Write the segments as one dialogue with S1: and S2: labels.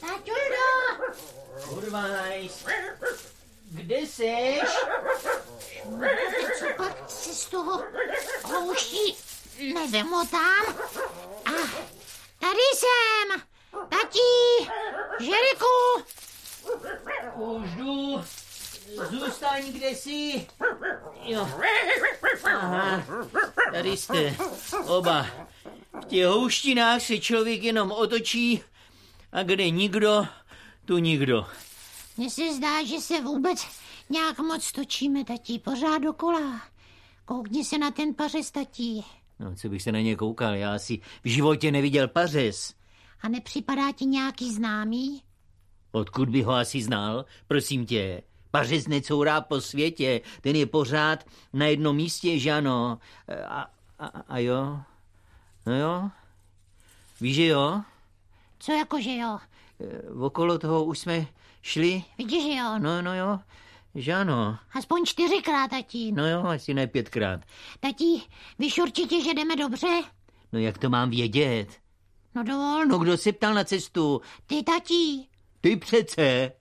S1: Ta čuldo!
S2: Kurva, Hajs. Kde seš?
S1: Co pak se z toho kouší nevymotám? A tady jsem! Tati! Žeriku!
S2: Už jdu. Zůstaň, kde jsi. Jo. Aha. Tady jste. Oba. V těch houštinách se člověk jenom otočí a kde nikdo, tu nikdo.
S1: Mně se zdá, že se vůbec nějak moc točíme, tatí, pořád dokola. Koukni se na ten pařez, tatí.
S2: No, co bych se na ně koukal, já si v životě neviděl pařez.
S1: A nepřipadá ti nějaký známý?
S2: Odkud by ho asi znal, prosím tě. Pařez necourá po světě, ten je pořád na jednom místě, že ano? E, A, a, a jo? No jo? Víš, že jo?
S1: Co jako, že jo?
S2: E, Okolo toho už jsme šli?
S1: Vidíš, že jo?
S2: No, no jo, že ano.
S1: Aspoň čtyřikrát, tatí.
S2: No jo, asi ne pětkrát.
S1: Tatí, víš určitě, že jdeme dobře?
S2: No jak to mám vědět?
S1: No dovol,
S2: No kdo se ptal na cestu?
S1: Ty, tatí.
S2: Ty přece.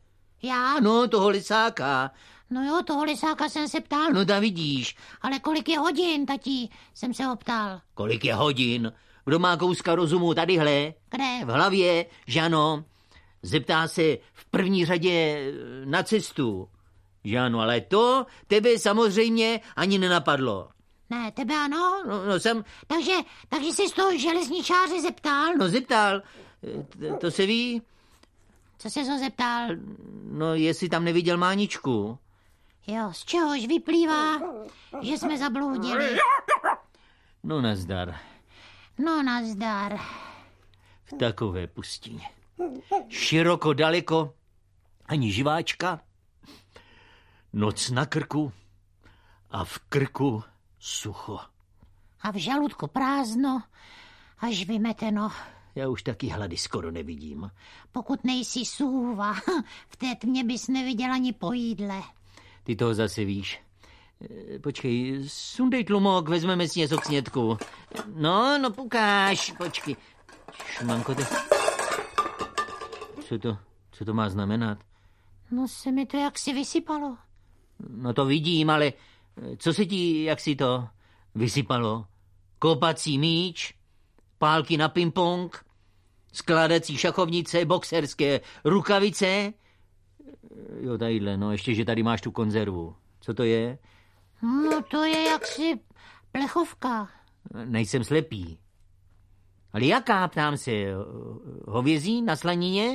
S1: Já?
S2: Ano, toho lisáka.
S1: No jo, toho lisáka jsem se ptal,
S2: No tam vidíš,
S1: ale kolik je hodin, tatí, jsem se ho ptal.
S2: kolik je hodin. Kdo má kouska rozumu tadyhle?
S1: Kde?
S2: v hlavě, že ano. Zeptá se v první řadě eh, na cestu. Že ano, ale to tebe samozřejmě ani nenapadlo.
S1: Ne, tebe ano?
S2: No, no jsem,
S1: Takže, takže jsi z toho železničáře zeptal?
S2: no zeptal, Eh, t- to se ví,
S1: Co jsi ho zeptal?
S2: no jestli tam neviděl Máničku.
S1: Jo, z čehož vyplývá, že jsme zabloudili.
S2: No nazdar,
S1: No, nazdar.
S2: v takové pustině. Široko, daleko, ani živáčka, noc na krku a v krku sucho.
S1: A v žaludku prázdno, až vymeteno.
S2: Já už taky hlady skoro nevidím.
S1: Pokud nejsi sůva, v té tmě bys neviděl ani po jídle.
S2: Ty to zase víš. Eh, Počkej, sundej tlumok, vezmeme si něco k snědku. No, no pukáš, počkej. Šmanko, ty... Co to, co to má znamenat?
S1: No se mi to jaksi vysypalo.
S2: No to vidím, ale eh, co se ti, jak si to vysypalo? Kopací míč, pálky na ping-pong, skládací šachovnice, boxerské rukavice. Eh, Jo, tadyhle, no ještě, že tady máš tu konzervu. Co to je?
S1: No to je jaksi plechovka.
S2: Nejsem slepý. Ale jaká, ptám se, hovězí na slanině?